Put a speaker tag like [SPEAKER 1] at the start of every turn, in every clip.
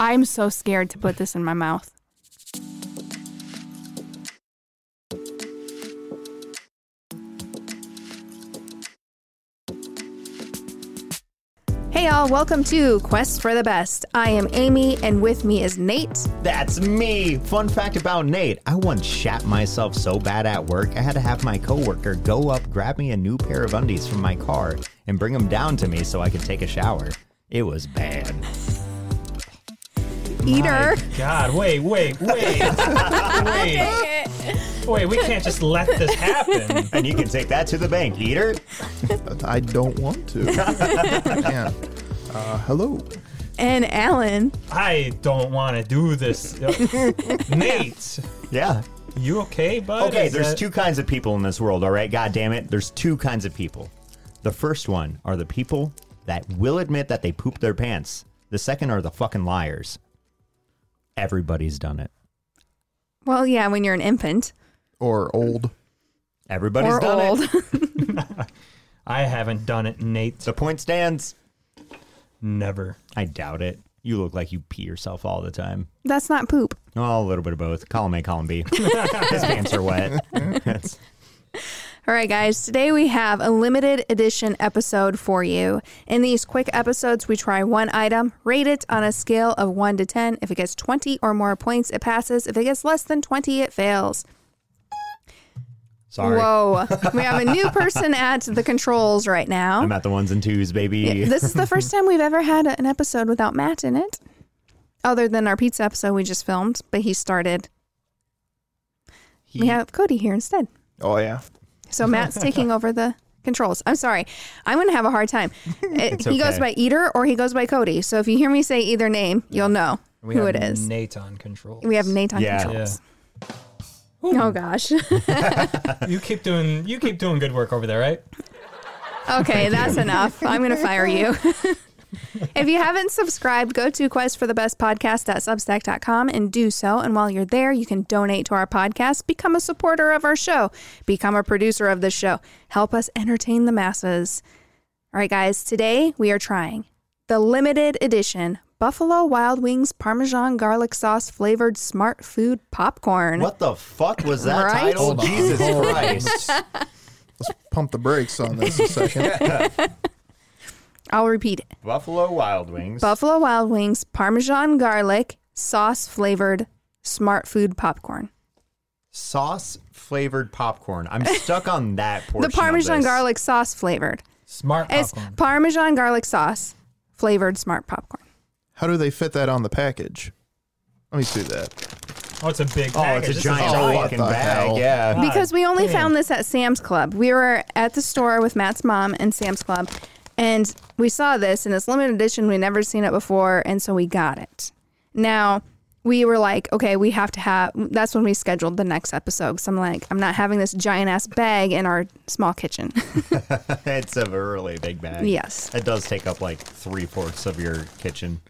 [SPEAKER 1] I'm so scared to put this in my mouth.
[SPEAKER 2] Hey y'all, welcome to Quest for the Best. I am Amy, and with me is Nate.
[SPEAKER 3] That's me. Fun fact about Nate I once shat myself so bad at work, I had to have my coworker go up, grab me a new pair of undies from my car, and bring them down to me so I could take a shower. It was bad.
[SPEAKER 2] Eater.
[SPEAKER 4] My God, wait, wait, wait. wait, wait, we can't just let this happen.
[SPEAKER 3] And you can take that to the bank, eater.
[SPEAKER 5] I don't want to. Man. Uh, hello.
[SPEAKER 2] And Alan.
[SPEAKER 4] I don't want to do this. Nate,
[SPEAKER 3] Yeah.
[SPEAKER 4] you okay, bud? Uh,
[SPEAKER 3] Okay,
[SPEAKER 4] Is
[SPEAKER 3] there's
[SPEAKER 4] that-
[SPEAKER 3] two kinds of people in this world, all right? God damn it. There's two kinds of people. The first one are the people that will admit that they pooped their pants, the second are the fucking liars. Everybody's done it.
[SPEAKER 2] Well, yeah, when you're an infant
[SPEAKER 5] Or old.
[SPEAKER 3] Everybody's
[SPEAKER 2] or
[SPEAKER 3] done it.
[SPEAKER 2] old.
[SPEAKER 4] I haven't done it, Nate.
[SPEAKER 3] The point stands.
[SPEAKER 4] Never.
[SPEAKER 3] I doubt it. You look like you pee yourself all the time.
[SPEAKER 1] That's not poop.
[SPEAKER 3] Well, a little bit of both. Column A, column B. His pants are wet. That's-
[SPEAKER 2] All right, guys, today we have a limited edition episode for you. In these quick episodes, we try one item, rate it on a scale of 1 to 10. If it gets 20 or more points, it passes. If it gets less than 20, it fails.
[SPEAKER 3] Sorry.
[SPEAKER 2] Whoa. we have a new person at the controls right now.
[SPEAKER 3] I'm at the ones and twos, baby.
[SPEAKER 2] This is the first time we've ever had an episode without Matt in it, other than our pizza episode we just filmed, but he started. We have Cody here instead.
[SPEAKER 5] Oh, yeah.
[SPEAKER 2] So Matt's taking over the controls. I'm sorry. I'm going to have a hard time. It, He goes
[SPEAKER 3] okay.
[SPEAKER 2] by Eater or he goes by Cody. So if you hear me say either name, you'll know
[SPEAKER 4] We
[SPEAKER 2] who
[SPEAKER 4] have
[SPEAKER 2] it is.
[SPEAKER 4] Nate on control.
[SPEAKER 2] we have Nate on
[SPEAKER 3] Yeah.
[SPEAKER 4] Yeah.
[SPEAKER 2] controls. Oh, gosh.
[SPEAKER 4] You keep doing you keep doing good work over there, right?
[SPEAKER 2] Okay, that's enough. I'm going to fire you. if you haven't subscribed, go to questforthebestpodcast.substack.com and do so. And while you're there, you can donate to our podcast, become a supporter of our show, become a producer of this show, help us entertain the masses. All right, guys, today we are trying the limited edition Buffalo Wild Wings Parmesan Garlic Sauce flavored smart food popcorn.
[SPEAKER 3] what the fuck was that
[SPEAKER 2] Right?
[SPEAKER 3] title?
[SPEAKER 5] Hold on,
[SPEAKER 3] Jesus
[SPEAKER 5] hold on.
[SPEAKER 3] Christ.
[SPEAKER 5] Pump the brakes on this a second.
[SPEAKER 2] I'll repeat it.
[SPEAKER 3] Buffalo Wild Wings.
[SPEAKER 2] Buffalo Wild Wings Parmesan garlic sauce flavored smart food popcorn.
[SPEAKER 3] Sauce flavored popcorn. I'm stuck on that portion.
[SPEAKER 2] The
[SPEAKER 3] of
[SPEAKER 2] Parmesan
[SPEAKER 3] this.
[SPEAKER 2] garlic sauce flavored.
[SPEAKER 4] Smart
[SPEAKER 2] It's
[SPEAKER 4] popcorn.
[SPEAKER 2] Parmesan garlic sauce flavored smart popcorn.
[SPEAKER 5] How do they fit that on the package? Let me see that.
[SPEAKER 4] Oh, it's a big
[SPEAKER 3] Oh,
[SPEAKER 4] package.
[SPEAKER 3] it's a
[SPEAKER 4] This is
[SPEAKER 3] giant
[SPEAKER 5] all-
[SPEAKER 3] fucking
[SPEAKER 5] What the
[SPEAKER 3] bag.
[SPEAKER 5] hell?
[SPEAKER 3] Yeah.
[SPEAKER 2] Because we only
[SPEAKER 4] damn.
[SPEAKER 2] found this at Sam's Club. We were at the store with Matt's mom and Sam's Club, and we saw this in this limited edition. We'd never seen it before, and so we got it. Now, we were like, okay, we have to have. That's when we scheduled the next episode. So I'm like, I'm not having this giant ass bag in our small kitchen.
[SPEAKER 3] It's a really big bag.
[SPEAKER 2] Yes.
[SPEAKER 3] It does take up like three fourths of your kitchen.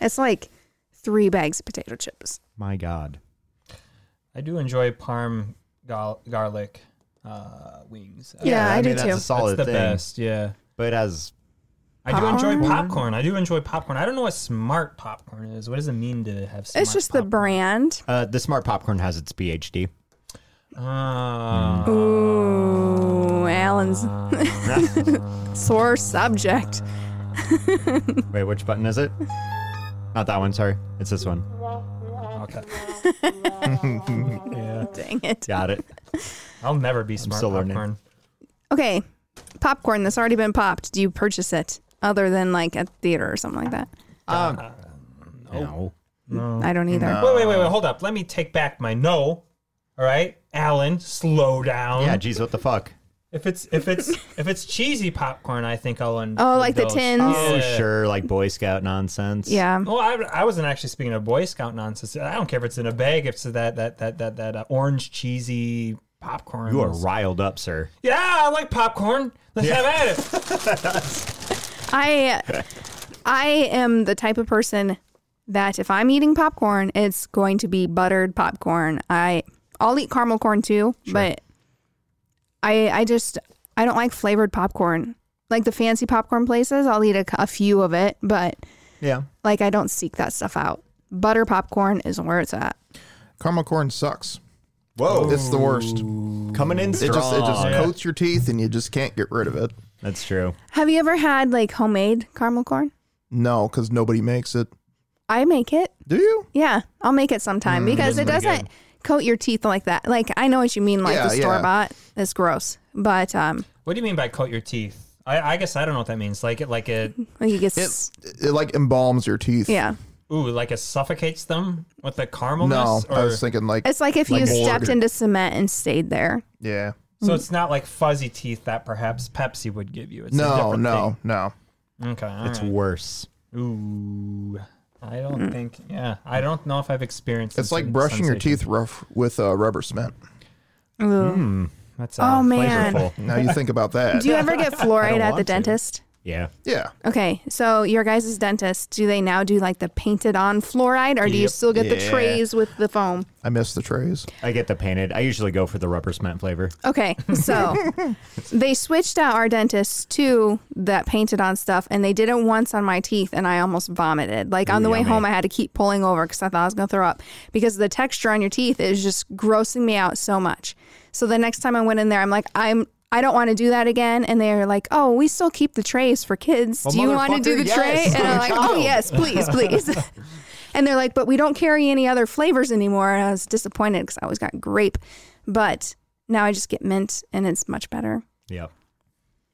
[SPEAKER 2] It's like three bags of potato chips.
[SPEAKER 3] My God.
[SPEAKER 4] I do enjoy parm gal- garlic uh, wings. Uh,
[SPEAKER 2] Yeah, I do
[SPEAKER 3] mean,
[SPEAKER 2] too.
[SPEAKER 3] That's a solid
[SPEAKER 4] That's
[SPEAKER 3] thing.
[SPEAKER 4] the best, yeah.
[SPEAKER 3] But as
[SPEAKER 4] I do enjoy popcorn. I do enjoy popcorn. I don't know what smart popcorn is. What does it mean to have smart
[SPEAKER 2] it's just the
[SPEAKER 4] popcorn?
[SPEAKER 2] brand.
[SPEAKER 3] uh, the smart popcorn has its PhD.
[SPEAKER 4] Ah.
[SPEAKER 2] Ooh, Alan's sore subject.
[SPEAKER 3] Wait, which button is it? Not that one, sorry. It's this one.
[SPEAKER 4] Okay. yeah.
[SPEAKER 2] Dang it.
[SPEAKER 3] Got it.
[SPEAKER 4] I'll never be smart
[SPEAKER 3] still learning.
[SPEAKER 4] popcorn.
[SPEAKER 2] Okay, popcorn that's already been popped. Do you purchase it other than like at theater or something like that?
[SPEAKER 3] Um, no.
[SPEAKER 2] I don't either.
[SPEAKER 4] Wait, wait, wait, wait. Hold up. Let me take back my no. All right, Alan, slow down.
[SPEAKER 3] Yeah, geez, what the fuck?
[SPEAKER 4] If it's if it's if it's cheesy popcorn, I think I'll. Un-
[SPEAKER 2] Oh, like the
[SPEAKER 4] those.
[SPEAKER 2] tins?
[SPEAKER 3] Oh,
[SPEAKER 4] Yeah.
[SPEAKER 3] sure, like Boy Scout nonsense.
[SPEAKER 2] Yeah.
[SPEAKER 4] Well, I, I wasn't actually speaking of Boy Scout nonsense. I don't care if it's in a bag. If it's that that that that that uh, orange cheesy popcorn.
[SPEAKER 3] You are riled up, sir.
[SPEAKER 4] Yeah, I like popcorn. Let's have at it.
[SPEAKER 2] I I am the type of person that if I'm eating popcorn, it's going to be buttered popcorn. I I'll eat caramel corn too, but I I just I don't like flavored popcorn. Like the fancy popcorn places, I'll eat a, c- a few of it, but
[SPEAKER 3] Yeah.
[SPEAKER 2] like I don't seek that stuff out. butter popcorn is where it's at.
[SPEAKER 5] Caramel corn sucks.
[SPEAKER 3] Whoa,
[SPEAKER 5] It's the worst.
[SPEAKER 3] coming Oh. in
[SPEAKER 5] It
[SPEAKER 3] strong.
[SPEAKER 5] just it just
[SPEAKER 4] Yeah.
[SPEAKER 5] coats your teeth and you just can't get rid of it.
[SPEAKER 3] That's true.
[SPEAKER 2] Have you ever had like homemade caramel corn?
[SPEAKER 5] No, because nobody makes it.
[SPEAKER 2] I make it.
[SPEAKER 5] Do you?
[SPEAKER 2] Yeah, I'll make it sometime because it
[SPEAKER 3] that's pretty
[SPEAKER 2] doesn't coat your teeth like that. Like I know what you mean, like
[SPEAKER 5] Yeah,
[SPEAKER 2] the
[SPEAKER 5] yeah.
[SPEAKER 2] store bought. It's gross, but um,
[SPEAKER 4] What do you mean by coat your teeth? I, I guess I don't know what that means. Like it, like it,
[SPEAKER 2] like it gets
[SPEAKER 5] It, it like embalms your teeth.
[SPEAKER 2] yeah.
[SPEAKER 4] ooh, like it suffocates them with the
[SPEAKER 5] No,
[SPEAKER 4] caramelness.
[SPEAKER 5] I
[SPEAKER 4] or-
[SPEAKER 5] was thinking like
[SPEAKER 2] It's like if
[SPEAKER 5] Like
[SPEAKER 2] you
[SPEAKER 5] mold
[SPEAKER 2] stepped
[SPEAKER 5] or-
[SPEAKER 2] into cement and stayed there.
[SPEAKER 5] yeah.
[SPEAKER 4] so it's not like fuzzy teeth that perhaps Pepsi would give you. It's a
[SPEAKER 5] No,
[SPEAKER 4] different
[SPEAKER 5] no, no.
[SPEAKER 4] thing. Okay, all
[SPEAKER 3] It's
[SPEAKER 4] right.
[SPEAKER 3] worse.
[SPEAKER 4] Ooh, I don't think. Yeah, I don't know if I've experienced.
[SPEAKER 5] Mm. It's
[SPEAKER 4] the
[SPEAKER 5] like
[SPEAKER 4] sen-
[SPEAKER 5] brushing your
[SPEAKER 4] sensation.
[SPEAKER 5] teeth rough with uh, rubber cement.
[SPEAKER 4] That's uh,
[SPEAKER 2] Oh, man.
[SPEAKER 4] flavorful.
[SPEAKER 5] Now you think about that.
[SPEAKER 2] Do you ever get fluoride at
[SPEAKER 3] want
[SPEAKER 2] the
[SPEAKER 3] to.
[SPEAKER 2] dentist?
[SPEAKER 3] Yeah.
[SPEAKER 5] yeah.
[SPEAKER 2] Okay, so your guys' dentist, do they now do like the painted on fluoride or do you
[SPEAKER 4] Yep.
[SPEAKER 2] still get the
[SPEAKER 5] Yeah.
[SPEAKER 2] trays with the foam?
[SPEAKER 5] I miss the trays.
[SPEAKER 3] I get the painted. I usually go for the rubber cement flavor.
[SPEAKER 2] Okay, so they switched out our dentist to that painted on stuff and they did it once on my teeth and I almost vomited. Like on the way
[SPEAKER 3] yummy.
[SPEAKER 2] home, I had to keep pulling over because I thought I was going to throw up because the texture on your teeth is just grossing me out so much. So the next time I went in there, I'm like, I'm. I don't want to do that again. And they're like, oh, we still keep the trays for kids.
[SPEAKER 3] Well,
[SPEAKER 2] do you want to do
[SPEAKER 3] motherfucker,
[SPEAKER 2] the tray?
[SPEAKER 3] yes,
[SPEAKER 2] And I'm
[SPEAKER 3] I'm a
[SPEAKER 2] like, oh,
[SPEAKER 3] child.
[SPEAKER 2] yes, please, please. And they're like, but we don't carry any other flavors anymore. And I was disappointed because I always got grape. But now I just get mint and it's much better.
[SPEAKER 3] Yep.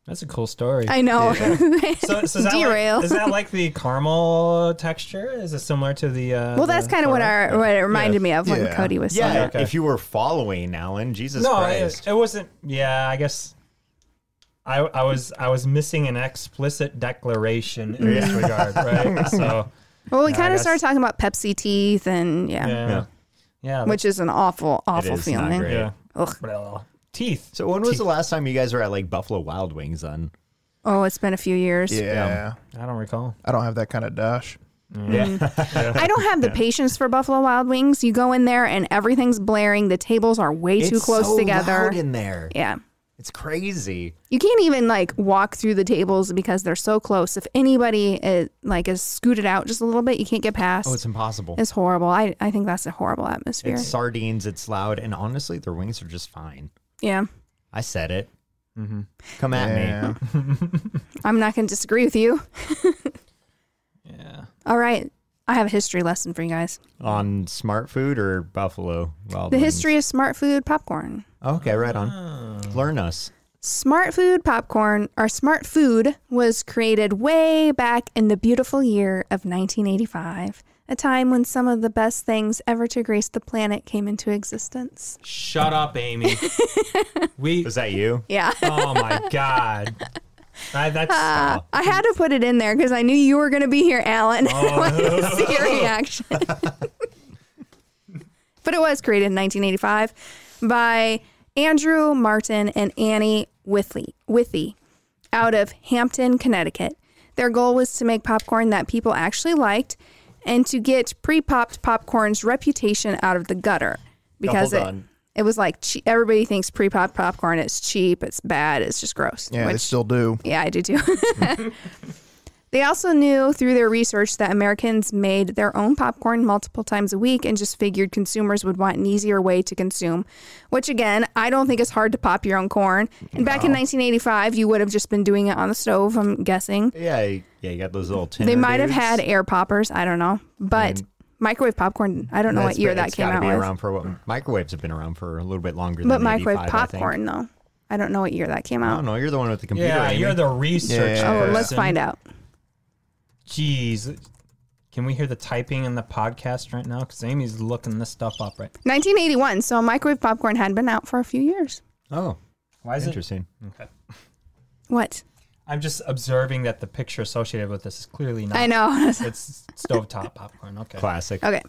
[SPEAKER 4] That's a cool story.
[SPEAKER 2] I know.
[SPEAKER 4] so, so is that
[SPEAKER 2] Derail.
[SPEAKER 4] Like, is that like the caramel texture? Is it similar to the? Uh,
[SPEAKER 2] well, that's
[SPEAKER 4] the
[SPEAKER 2] kind of what,
[SPEAKER 4] fluoride?
[SPEAKER 2] our, what it reminded me of when
[SPEAKER 5] Yeah.
[SPEAKER 2] Cody was saying.
[SPEAKER 3] Yeah.
[SPEAKER 4] Okay.
[SPEAKER 3] If you were following Alan, Jesus
[SPEAKER 4] No,
[SPEAKER 3] Christ.
[SPEAKER 4] it, it wasn't. Yeah, I guess. I, I was I was missing an explicit declaration in this regard, right? So
[SPEAKER 2] Well, we
[SPEAKER 4] Yeah, I
[SPEAKER 2] kind of
[SPEAKER 4] guess-
[SPEAKER 2] started talking about Pepsi teeth and yeah,
[SPEAKER 4] yeah, yeah,
[SPEAKER 2] which is an awful,
[SPEAKER 3] It
[SPEAKER 2] awful
[SPEAKER 3] is not
[SPEAKER 2] feeling.
[SPEAKER 3] great.
[SPEAKER 4] yeah.
[SPEAKER 2] Ugh.
[SPEAKER 4] Blah. Teeth.
[SPEAKER 3] So when was the last time you guys were at like Buffalo Wild Wings then?
[SPEAKER 2] Oh, it's been a few years.
[SPEAKER 5] Yeah.
[SPEAKER 4] I don't recall.
[SPEAKER 5] I don't have that kind of dash.
[SPEAKER 3] Yeah.
[SPEAKER 2] I don't have the patience for Buffalo Wild Wings. You go in there and everything's blaring. The tables are way too
[SPEAKER 3] It's
[SPEAKER 2] close
[SPEAKER 3] so
[SPEAKER 2] together.
[SPEAKER 3] loud in there.
[SPEAKER 2] yeah.
[SPEAKER 3] It's crazy.
[SPEAKER 2] you can't even like walk through the tables because they're so close. If anybody is, like is scooted out just a little bit, you can't get past.
[SPEAKER 3] Oh, it's
[SPEAKER 2] it's,
[SPEAKER 3] impossible.
[SPEAKER 2] horrible. I, I think that's a horrible atmosphere.
[SPEAKER 3] It's sardines. It's loud, and honestly, their wings are just fine.
[SPEAKER 2] yeah,
[SPEAKER 3] I said it.
[SPEAKER 4] Mm-hmm.
[SPEAKER 3] Come at me.
[SPEAKER 5] Yeah.
[SPEAKER 2] I'm not going to disagree with you.
[SPEAKER 4] Yeah.
[SPEAKER 2] All right, I have a history lesson for you guys.
[SPEAKER 3] On smart food or Buffalo Wild
[SPEAKER 2] The
[SPEAKER 3] Wings?
[SPEAKER 2] history of smart food popcorn.
[SPEAKER 3] Okay, right on.
[SPEAKER 4] Oh.
[SPEAKER 3] Learn us.
[SPEAKER 2] Smart food popcorn or smart food was created way back in the beautiful year of 1985, a time when some of the best things ever to grace the planet came into existence.
[SPEAKER 4] Shut up, Amy. we.
[SPEAKER 3] Is that you?
[SPEAKER 2] Yeah.
[SPEAKER 4] Oh my god. I, that's.
[SPEAKER 2] Uh, I had to put it in there because I knew you were going to be here, Alan. I wanted to see your reaction. but it was created in 1985 by Andrew Martin and Annie Withy, Withy out of Hampton, Connecticut. Their goal was to make popcorn that people actually liked and to get pre popped popcorn's reputation out of the gutter because
[SPEAKER 3] hold
[SPEAKER 2] it,
[SPEAKER 3] on.
[SPEAKER 2] it was like che- everybody thinks pre popped popcorn is cheap, it's bad, it's just gross.
[SPEAKER 5] Yeah, they
[SPEAKER 2] which-
[SPEAKER 5] still do.
[SPEAKER 2] yeah, I do too. they also knew through their research that Americans made their own popcorn multiple times a week and just figured consumers would want an easier way to consume, which again, I don't think it's hard to pop your own corn. And back in 1985, you would have just been doing it on the stove, I'm guessing.
[SPEAKER 3] Yeah, you- yeah. You got those little tin.
[SPEAKER 2] They might have had air poppers, I don't know. But microwave popcorn, I don't know what year that came
[SPEAKER 3] gotta
[SPEAKER 2] out
[SPEAKER 3] Be
[SPEAKER 2] with.
[SPEAKER 3] around for what, microwaves have been around for a little bit longer.
[SPEAKER 2] but
[SPEAKER 3] than
[SPEAKER 2] microwave
[SPEAKER 3] 85, I think.
[SPEAKER 2] popcorn though. I don't know what year that came
[SPEAKER 3] I,
[SPEAKER 2] out.
[SPEAKER 3] don't know. You're the one with the computer.
[SPEAKER 4] yeah,
[SPEAKER 3] Amy.
[SPEAKER 4] you're the research.
[SPEAKER 5] Yeah.
[SPEAKER 2] Oh,
[SPEAKER 5] know.
[SPEAKER 2] let's find out.
[SPEAKER 4] Jeez. Can we hear the typing in the podcast right now? Because Amy's looking this stuff up right.
[SPEAKER 2] 1981, so microwave popcorn had been out for a few years.
[SPEAKER 3] Oh,
[SPEAKER 4] Why is it?
[SPEAKER 3] interesting.
[SPEAKER 4] Okay.
[SPEAKER 2] What?
[SPEAKER 4] I'm just observing that the picture associated with this is clearly not.
[SPEAKER 2] I know.
[SPEAKER 4] It's stovetop popcorn. Okay.
[SPEAKER 3] Classic.
[SPEAKER 2] okay.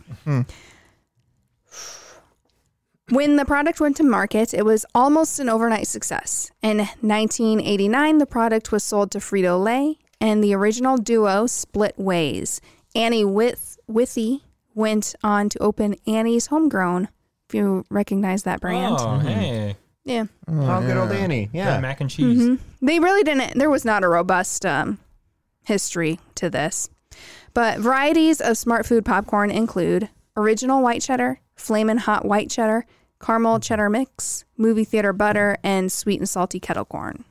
[SPEAKER 2] When the product went to market, it was almost an overnight success. In 1989, the product was sold to Frito Lay, and the original duo split ways. Annie With Withy went on to open Annie's Homegrown. If you recognize that brand,
[SPEAKER 4] Oh, hey.
[SPEAKER 2] yeah,
[SPEAKER 3] Oh, good old Annie.
[SPEAKER 4] Yeah,
[SPEAKER 3] Yeah.
[SPEAKER 4] mac and cheese.
[SPEAKER 2] Mm-hmm. they really didn't. There was not a robust um, history to this. But varieties of smart food popcorn include original white cheddar, flamin' hot white cheddar, caramel cheddar mix, movie theater butter, and sweet and salty kettle corn.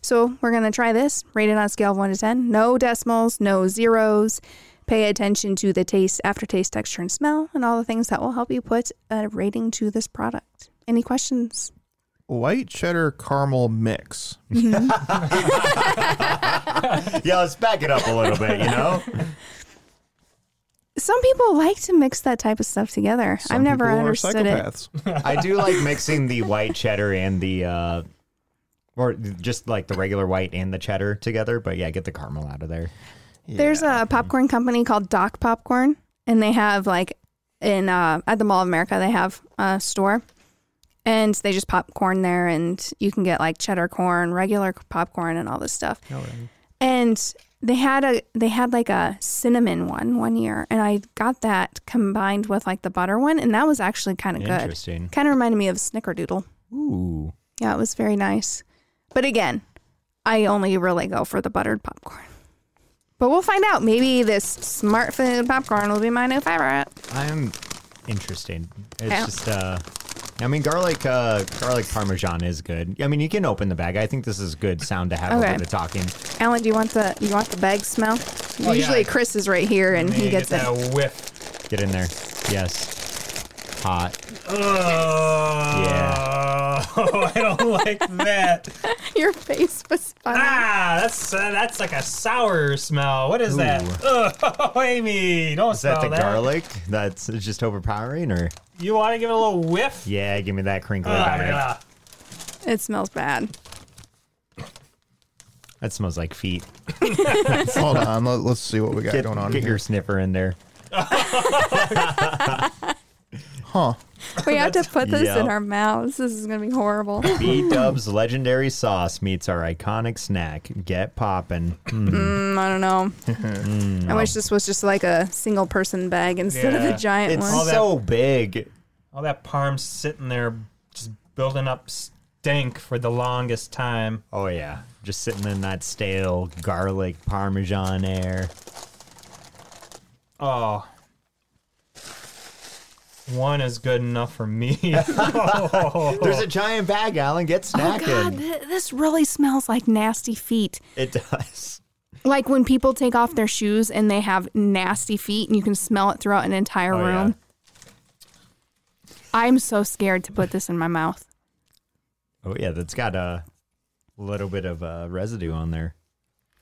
[SPEAKER 2] So we're gonna try this. Rate it on a scale of one to ten. No decimals, no zeros. Pay attention to the taste, aftertaste, texture, and smell, and all the things that will help you put a rating to this product. Any questions?
[SPEAKER 5] White cheddar caramel mix.
[SPEAKER 3] Yeah, let's back it up a little bit, you know?
[SPEAKER 2] Some people like to mix that type of stuff together.
[SPEAKER 5] Some
[SPEAKER 2] I've never
[SPEAKER 5] people are
[SPEAKER 2] understood it.
[SPEAKER 5] psychopaths.
[SPEAKER 3] I do like mixing the white cheddar and the, uh, or just like the regular white and the cheddar together. But yeah, get the caramel out of there.
[SPEAKER 2] There's a popcorn company called Doc Popcorn, and they have like in uh, at the Mall of America they have a store, and they just popcorn there, and you can get like cheddar corn, regular popcorn, and all this stuff.
[SPEAKER 5] Oh,
[SPEAKER 2] And they had a they had like a cinnamon one one year, and I got that combined with like the butter one, and that was actually kind of good.
[SPEAKER 3] Interesting.
[SPEAKER 2] Kind of reminded me of snickerdoodle.
[SPEAKER 3] Ooh.
[SPEAKER 2] Yeah, it was very nice. But again, I only really go for the buttered popcorn. But we'll find out. Maybe this smart food popcorn will be my new favorite.
[SPEAKER 3] I'm interesting. It's
[SPEAKER 2] Yeah.
[SPEAKER 3] just uh I mean garlic uh garlic parmesan is good. I mean you can open the bag. I think this is good sound to have
[SPEAKER 2] Okay.
[SPEAKER 3] over the talking.
[SPEAKER 2] Alan, do you want the you want the bag smell?
[SPEAKER 4] Oh,
[SPEAKER 2] Usually
[SPEAKER 4] yeah.
[SPEAKER 2] Chris is right here and he gets
[SPEAKER 4] get
[SPEAKER 2] it.
[SPEAKER 4] that whiff.
[SPEAKER 3] Get in there. Yes. Hot.
[SPEAKER 4] Oh, I don't like that.
[SPEAKER 2] Your face was funny.
[SPEAKER 4] Ah, that's uh, that's like a sour smell. What is that? Oh, Amy, don't
[SPEAKER 3] Is
[SPEAKER 4] smell
[SPEAKER 3] that the garlic that's just overpowering or
[SPEAKER 4] You want to give it a little whiff?
[SPEAKER 3] yeah, give me that crinkly
[SPEAKER 4] Ah,
[SPEAKER 3] about it.
[SPEAKER 2] It smells bad.
[SPEAKER 3] That smells like feet.
[SPEAKER 5] Hold on, let, let's see what we got
[SPEAKER 3] Get,
[SPEAKER 5] going on
[SPEAKER 3] get
[SPEAKER 5] here.
[SPEAKER 3] your sniffer in there.
[SPEAKER 5] Huh?
[SPEAKER 2] We have to put this in
[SPEAKER 3] Yeah.
[SPEAKER 2] our mouths. This is gonna be horrible.
[SPEAKER 3] B Dub's legendary sauce meets our iconic snack. Get poppin'.
[SPEAKER 2] Mm, I don't know. I wish this was just like a single person bag instead of
[SPEAKER 4] Mm. Yeah.
[SPEAKER 2] a giant
[SPEAKER 3] It's
[SPEAKER 2] one.
[SPEAKER 4] that-
[SPEAKER 3] so big.
[SPEAKER 4] All that parm sitting there, just building up stank for the longest time.
[SPEAKER 3] Oh yeah, just sitting in that stale garlic parmesan air.
[SPEAKER 4] Oh. One is good enough for me.
[SPEAKER 3] There's a giant bag, Alan. Get
[SPEAKER 1] Oh
[SPEAKER 3] snacking.
[SPEAKER 1] God, th- this really smells like nasty feet.
[SPEAKER 3] it does.
[SPEAKER 1] Like when people take off their shoes and they have nasty feet, and you can smell it throughout an entire
[SPEAKER 3] Oh, yeah.
[SPEAKER 1] room. I'm so scared to put this in my mouth.
[SPEAKER 3] Oh yeah, that's got a little bit of uh, residue on there.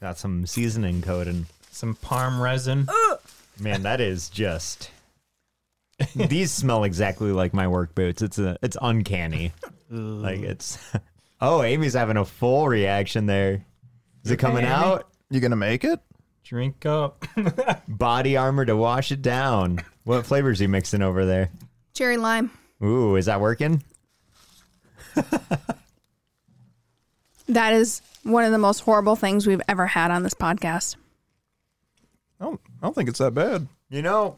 [SPEAKER 3] Got some seasoning coating.
[SPEAKER 4] Some parm resin.
[SPEAKER 3] Man, that is just. These smell exactly like my work boots. It's a, it's uncanny. like it's. Oh, Amy's having a full reaction there. Is it coming out?
[SPEAKER 5] You gonna make it?
[SPEAKER 4] Drink up.
[SPEAKER 3] Body armor to wash it down. What flavors you mixing over there?
[SPEAKER 2] Cherry lime.
[SPEAKER 3] Ooh, is that working?
[SPEAKER 2] That is one of the most horrible things we've ever had on this podcast.
[SPEAKER 5] I don't, I don't think it's that bad.
[SPEAKER 3] You know,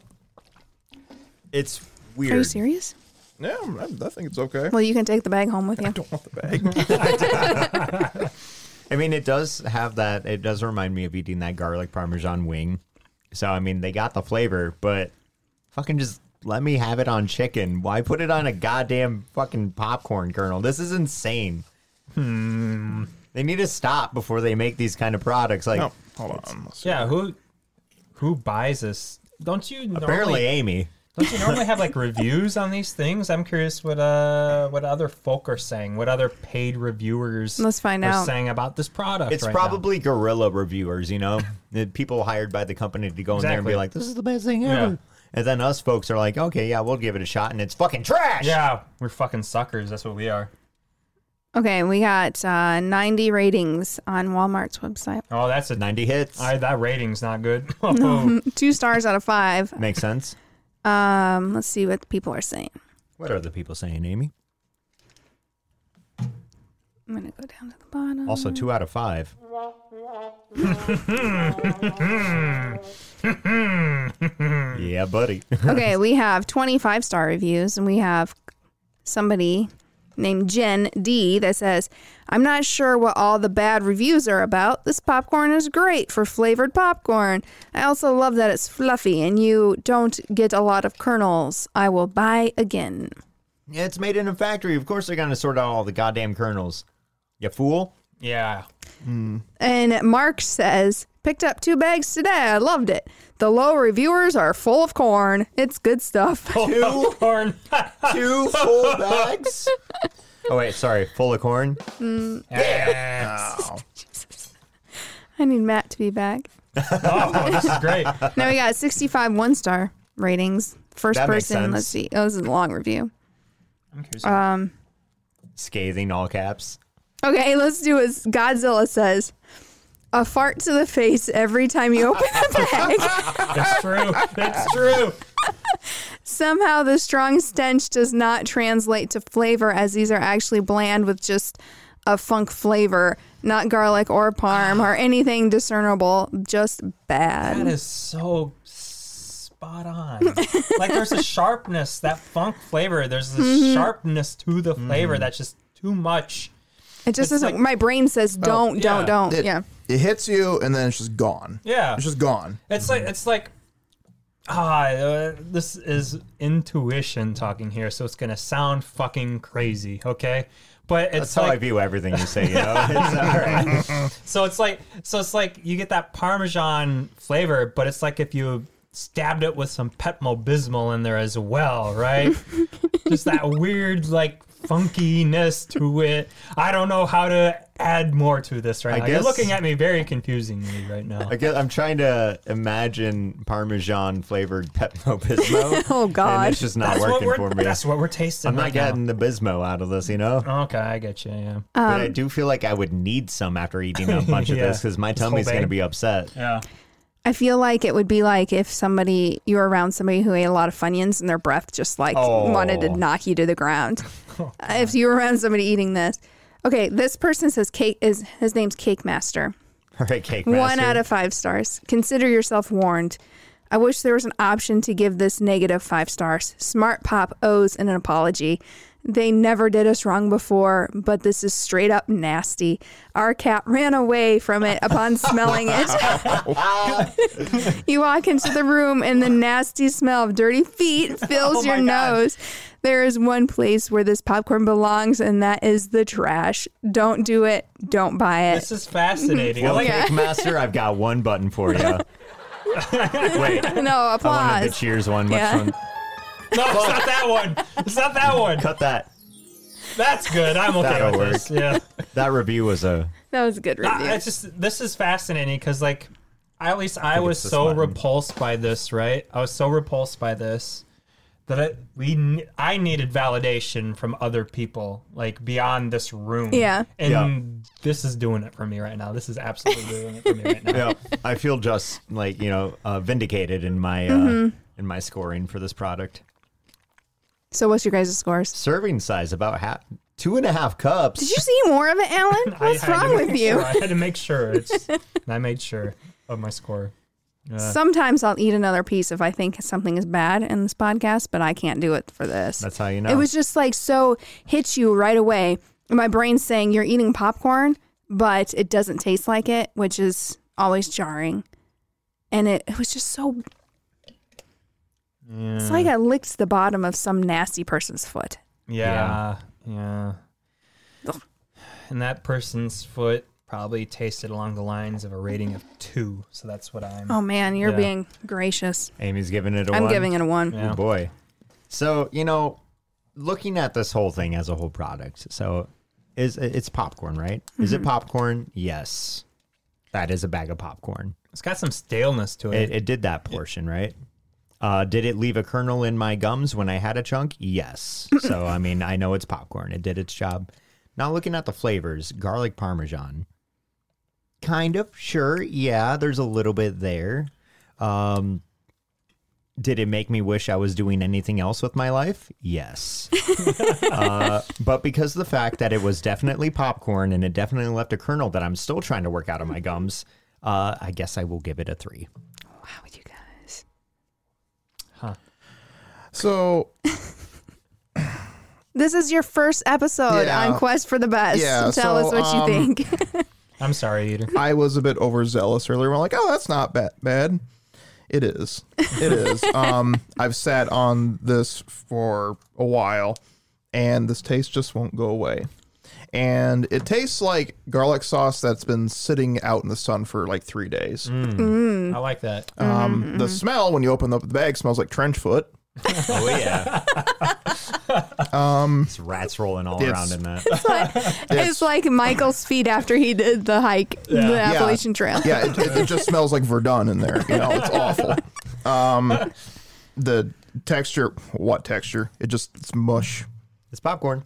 [SPEAKER 3] it's weird.
[SPEAKER 2] Are you serious?
[SPEAKER 5] Yeah, I, I think it's okay.
[SPEAKER 2] Well, you can take the bag home with
[SPEAKER 5] I
[SPEAKER 2] you.
[SPEAKER 5] don't want the bag.
[SPEAKER 3] I mean, it does have that. It does remind me of eating that garlic parmesan wing. So I mean, they got the flavor, but fucking just let me have it on chicken. Why put it on a goddamn fucking popcorn kernel? This is insane. Hmm. They need to stop before they make these kind of products. Like
[SPEAKER 5] no, hold on. Let's see.
[SPEAKER 4] Yeah, who who buys this? Don't you
[SPEAKER 3] apparently,
[SPEAKER 4] normally
[SPEAKER 3] Amy.
[SPEAKER 4] don't you normally have like reviews on these things? I'm curious what uh what other folk are saying, what other paid reviewers
[SPEAKER 2] Let's find
[SPEAKER 4] are
[SPEAKER 2] out.
[SPEAKER 4] saying about this product.
[SPEAKER 3] It's
[SPEAKER 4] right now.
[SPEAKER 3] probably guerrilla reviewers, you know, The people hired by the company to go in there and be
[SPEAKER 4] Exactly.
[SPEAKER 3] like, "This is the best thing ever,"
[SPEAKER 4] Yeah.
[SPEAKER 3] and then us folks are like, "Okay, yeah, we'll give it a shot," and it's fucking trash.
[SPEAKER 4] yeah, we're fucking suckers. That's what we are.
[SPEAKER 2] Okay, we got uh, 90 ratings on Walmart's website.
[SPEAKER 4] Oh, that's a
[SPEAKER 3] ninety hits
[SPEAKER 4] I, that rating's not good.
[SPEAKER 2] Two stars out of five.
[SPEAKER 3] makes sense.
[SPEAKER 2] Um, let's see what people are saying.
[SPEAKER 3] What are the people saying, Amy?
[SPEAKER 2] I'm gonna go down to the bottom.
[SPEAKER 3] Also, two out of five. yeah, buddy.
[SPEAKER 2] okay, we have 25 star reviews, and we have somebody named Jen D that says, I'm not sure what all the bad reviews are about. This popcorn is great for flavored popcorn. I also love that it's fluffy and you don't get a lot of kernels. I will buy again.
[SPEAKER 3] It's made in a factory. Of course, they're going to sort out all the goddamn kernels. You fool.
[SPEAKER 4] Yeah.
[SPEAKER 2] And Mark says, Picked up two bags today. I loved it. The low reviewers are full of corn. It's good stuff.
[SPEAKER 4] Two corn.
[SPEAKER 3] Two full bags. Oh, wait, sorry. Full of corn.
[SPEAKER 5] Wow.
[SPEAKER 2] I need Matt to be back.
[SPEAKER 4] oh, this is great.
[SPEAKER 2] Now we got 65 one star ratings. First
[SPEAKER 3] That makes
[SPEAKER 2] person,
[SPEAKER 3] sense.
[SPEAKER 2] let's see. Oh, this is a long review.
[SPEAKER 3] Scathing, all caps.
[SPEAKER 2] Okay, let's do as Godzilla says. A fart to the face every time you open the bag.
[SPEAKER 4] It's true. It's true.
[SPEAKER 2] Somehow the strong stench does not translate to flavor as these are actually bland with just a funk flavor, not garlic or parm or anything discernible, just bad.
[SPEAKER 4] That is so spot on. like there's a sharpness, that funk flavor. There's this sharpness to the flavor
[SPEAKER 3] Mm-hmm.
[SPEAKER 4] that's just too much.
[SPEAKER 2] It just
[SPEAKER 4] it's
[SPEAKER 2] doesn't
[SPEAKER 4] like- Oh,
[SPEAKER 2] my brain says don't,
[SPEAKER 4] yeah.
[SPEAKER 2] don't, don't.
[SPEAKER 5] It,
[SPEAKER 2] yeah.
[SPEAKER 5] It hits you and then it's just gone.
[SPEAKER 4] Yeah.
[SPEAKER 5] It's just gone.
[SPEAKER 4] It's
[SPEAKER 3] Mm-hmm.
[SPEAKER 4] like it's like ah, uh, this is intuition talking here, so it's gonna sound fucking crazy, okay? But it's
[SPEAKER 3] That's how I
[SPEAKER 4] like
[SPEAKER 3] view everything you say, you know? It's all right.
[SPEAKER 4] so it's like so it's like you get that Parmesan flavor, but it's like if you stabbed it with some Pepto Bismol in there as well, right? Just that weird like funkiness to it. I don't know how to add more to this right
[SPEAKER 3] I
[SPEAKER 4] now. You're
[SPEAKER 3] guess-
[SPEAKER 4] looking at me very confusingly right now.
[SPEAKER 3] I guess I'm trying to imagine Parmesan flavored Pepto Bismol.
[SPEAKER 2] Oh
[SPEAKER 3] And
[SPEAKER 2] God.
[SPEAKER 3] it's just not
[SPEAKER 4] That's what
[SPEAKER 3] working
[SPEAKER 4] we're
[SPEAKER 3] for me.
[SPEAKER 4] that's what we're tasting.
[SPEAKER 3] I'm not
[SPEAKER 4] right
[SPEAKER 3] getting the Bismo out of this, you know?
[SPEAKER 4] Now. Okay, I get you. Yeah.
[SPEAKER 3] but
[SPEAKER 2] Um,
[SPEAKER 3] I do feel like I would need some after eating a bunch of
[SPEAKER 4] Yeah.
[SPEAKER 3] this because my
[SPEAKER 4] This whole
[SPEAKER 3] tummy's going to
[SPEAKER 4] bag.
[SPEAKER 3] be upset.
[SPEAKER 4] yeah.
[SPEAKER 2] I feel like it would be like if somebody you were around somebody who ate a lot of Funyuns and their breath just like
[SPEAKER 3] Oh.
[SPEAKER 2] wanted to knock you to the ground. if you were around somebody eating this, okay, this person says cake is his name's Cake Master.
[SPEAKER 3] All right, cake
[SPEAKER 2] One
[SPEAKER 3] master.
[SPEAKER 2] out of five stars. Consider yourself warned. I wish there was an option to give this negative five stars. Smart Pop owes an apology. They never did us wrong before, but this is straight up nasty. Our cat ran away from it upon smelling it. you walk into the room, and the nasty smell of dirty feet fills
[SPEAKER 4] Oh my
[SPEAKER 2] your
[SPEAKER 4] God.
[SPEAKER 2] nose. There is one place where this popcorn belongs, and that is the trash. Don't do it. Don't buy it.
[SPEAKER 4] This is fascinating. I
[SPEAKER 3] Well,
[SPEAKER 4] like
[SPEAKER 3] cake master, I've got one button for you. Wait,
[SPEAKER 2] no
[SPEAKER 3] I wanted the
[SPEAKER 2] applause.
[SPEAKER 3] cheers one. Which
[SPEAKER 2] Yeah.
[SPEAKER 3] one?
[SPEAKER 4] No, it's not that one. It's not that one.
[SPEAKER 3] Cut that.
[SPEAKER 4] That's good. I'm okay
[SPEAKER 3] That'll
[SPEAKER 4] with this. Yeah.
[SPEAKER 3] That review was a.
[SPEAKER 2] That was a good review.
[SPEAKER 4] I, it's just this is fascinating because like I, at least I, was
[SPEAKER 3] it's this
[SPEAKER 4] so
[SPEAKER 3] button.
[SPEAKER 4] repulsed by this, right? I was so repulsed by this that I, we ne- I needed validation from other people like beyond this room.
[SPEAKER 2] Yeah.
[SPEAKER 4] And
[SPEAKER 3] Yeah.
[SPEAKER 4] this is doing it for me right now. This is absolutely doing it for me right now.
[SPEAKER 3] Yeah, I feel just like you know uh, vindicated in my uh,
[SPEAKER 2] Mm-hmm.
[SPEAKER 3] in my scoring for this product.
[SPEAKER 2] So what's your guys' scores?
[SPEAKER 3] Serving size about half, two and a half cups.
[SPEAKER 2] Did you see more of it, Alan?
[SPEAKER 4] I-
[SPEAKER 2] What's
[SPEAKER 4] I had
[SPEAKER 2] wrong
[SPEAKER 4] to
[SPEAKER 2] with
[SPEAKER 4] make
[SPEAKER 2] you?
[SPEAKER 4] sure- I had to make sure. It's, and I made sure of my score.
[SPEAKER 2] Sometimes I'll eat another piece if I think something is bad in this podcast, but I can't do it for this.
[SPEAKER 3] That's how you know.
[SPEAKER 2] It was just like so hits you right away. And My brain's saying you're eating popcorn, but it doesn't taste like it, which is always jarring. And it, it was just so. It's like I licked the bottom of some nasty person's foot.
[SPEAKER 4] Yeah. Yeah. And that person's foot probably tasted along the lines of a rating of two. So that's what I'm.
[SPEAKER 2] Oh man, you're
[SPEAKER 4] Yeah.
[SPEAKER 2] being gracious.
[SPEAKER 3] Amy's giving it a
[SPEAKER 2] I'm
[SPEAKER 3] one.
[SPEAKER 2] giving it a one.
[SPEAKER 4] Yeah.
[SPEAKER 3] Oh boy. So, you know, looking at this whole thing as a whole product, so is it's popcorn, right? Is it popcorn? Yes. That is a bag of popcorn.
[SPEAKER 4] It's got some staleness to it.
[SPEAKER 3] It, it did that portion, right? Uh, did it leave a kernel in my gums when I had a chunk? Yes. So, I mean, I know it's popcorn. It did its job. Now, looking at the flavors, garlic parmesan. Kind of, sure. Yeah, there's a little bit there. Um, did it make me wish I was doing anything else with my life? Yes. uh, but because of the fact that it was definitely popcorn and it definitely left a kernel that I'm still trying to work out of my gums, uh, I guess I will give it a three.
[SPEAKER 2] Wow, you guys.
[SPEAKER 5] So
[SPEAKER 2] This is your first episode
[SPEAKER 5] Yeah.
[SPEAKER 2] on Quest for the Best.
[SPEAKER 5] Yeah,
[SPEAKER 2] Tell
[SPEAKER 5] so,
[SPEAKER 2] us what you
[SPEAKER 5] um,
[SPEAKER 2] think.
[SPEAKER 4] I'm sorry, Eater.
[SPEAKER 5] I was a bit overzealous earlier. I'm like, oh, that's not ba- bad. It is. It is. um, I've sat on this for a while, and this taste just won't go away. And it tastes like garlic sauce that's been sitting out in the sun for like three days.
[SPEAKER 4] I like that.
[SPEAKER 5] Um, The smell, when you open up the bag, smells like trench foot.
[SPEAKER 3] Oh yeah. um, it's rats rolling all around
[SPEAKER 5] it's-
[SPEAKER 3] in that.
[SPEAKER 2] it's like Michael's feet after he did the hike, the
[SPEAKER 5] Yeah.
[SPEAKER 2] Appalachian Trail.
[SPEAKER 5] yeah, it, it just smells like Verdun in there. You know, it's awful. Um, the texture, what texture? It just it's mush.
[SPEAKER 3] It's popcorn.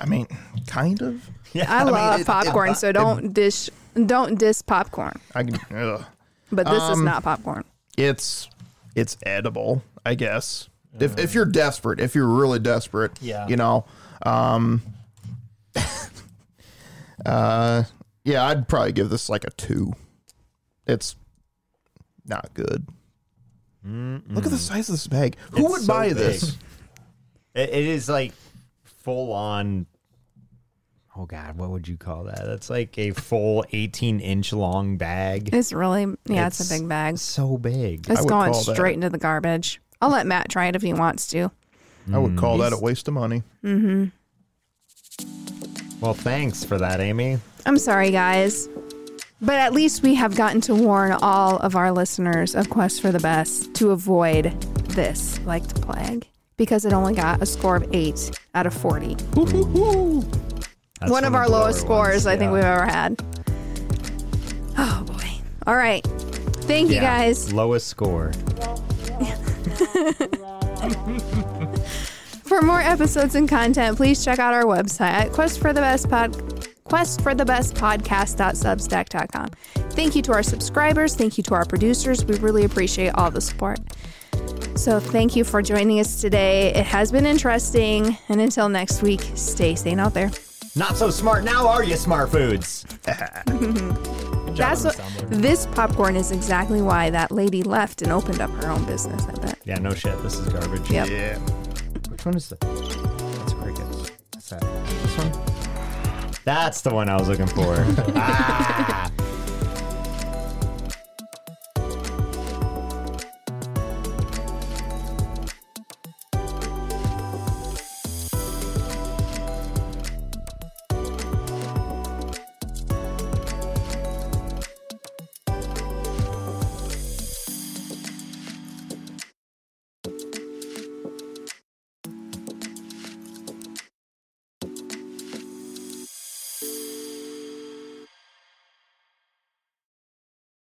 [SPEAKER 5] I mean, kind of.
[SPEAKER 2] I love
[SPEAKER 5] it-
[SPEAKER 2] popcorn, so don't dish, don't diss popcorn.
[SPEAKER 5] I can. Ugh.
[SPEAKER 2] But this
[SPEAKER 5] Um,
[SPEAKER 2] is not popcorn.
[SPEAKER 5] It's it's edible, I guess. If if you're desperate, if you're really desperate,
[SPEAKER 4] Yeah.
[SPEAKER 5] you know. Um, uh, yeah, I'd probably give this like a two. It's not good. Look at the size of this bag. Who
[SPEAKER 3] It's
[SPEAKER 5] would
[SPEAKER 3] so
[SPEAKER 5] buy
[SPEAKER 3] big.
[SPEAKER 5] this?
[SPEAKER 3] It, it is like full on. Oh God, what would you call that? That's like a full 18 inch long bag.
[SPEAKER 2] It's really, yeah, it's, a big bag.
[SPEAKER 3] So big.
[SPEAKER 2] It's
[SPEAKER 5] would
[SPEAKER 2] going
[SPEAKER 5] call that-
[SPEAKER 2] straight into the garbage. I'll let Matt try it if he wants to.
[SPEAKER 5] I would call
[SPEAKER 3] Mm.
[SPEAKER 5] that a waste of money.
[SPEAKER 3] Well, thanks for that, Amy.
[SPEAKER 2] I'm sorry, guys. But at least we have gotten to warn all of our listeners of Quest for the Best to avoid this like the plague because it only got a score of 8 out of 40.
[SPEAKER 3] That's
[SPEAKER 2] one of our
[SPEAKER 3] the
[SPEAKER 2] lowest
[SPEAKER 3] lower ones,
[SPEAKER 2] scores I think
[SPEAKER 3] yeah.
[SPEAKER 2] we've ever had. Oh boy. All right. Thank you
[SPEAKER 3] Yeah,
[SPEAKER 2] guys
[SPEAKER 3] Lowest score.
[SPEAKER 2] For more episodes and content, please check out our website at Quest for the Best Pod questforthebestpodcast.substack.com. Thank you to our subscribers, thank you to our producers. We really appreciate all the support. So, thank you for joining us today. It has been interesting, and until next week, stay sane out there.
[SPEAKER 3] Not so smart now, are you, smart foods?
[SPEAKER 2] That's what this popcorn is exactly why that lady left and opened up her own business, I bet.
[SPEAKER 3] Yeah, no shit. This is garbage.
[SPEAKER 2] Yep.
[SPEAKER 5] Yeah.
[SPEAKER 3] Which one is that? That's a cricket. That's that. This one? That's the one I was looking for. ah.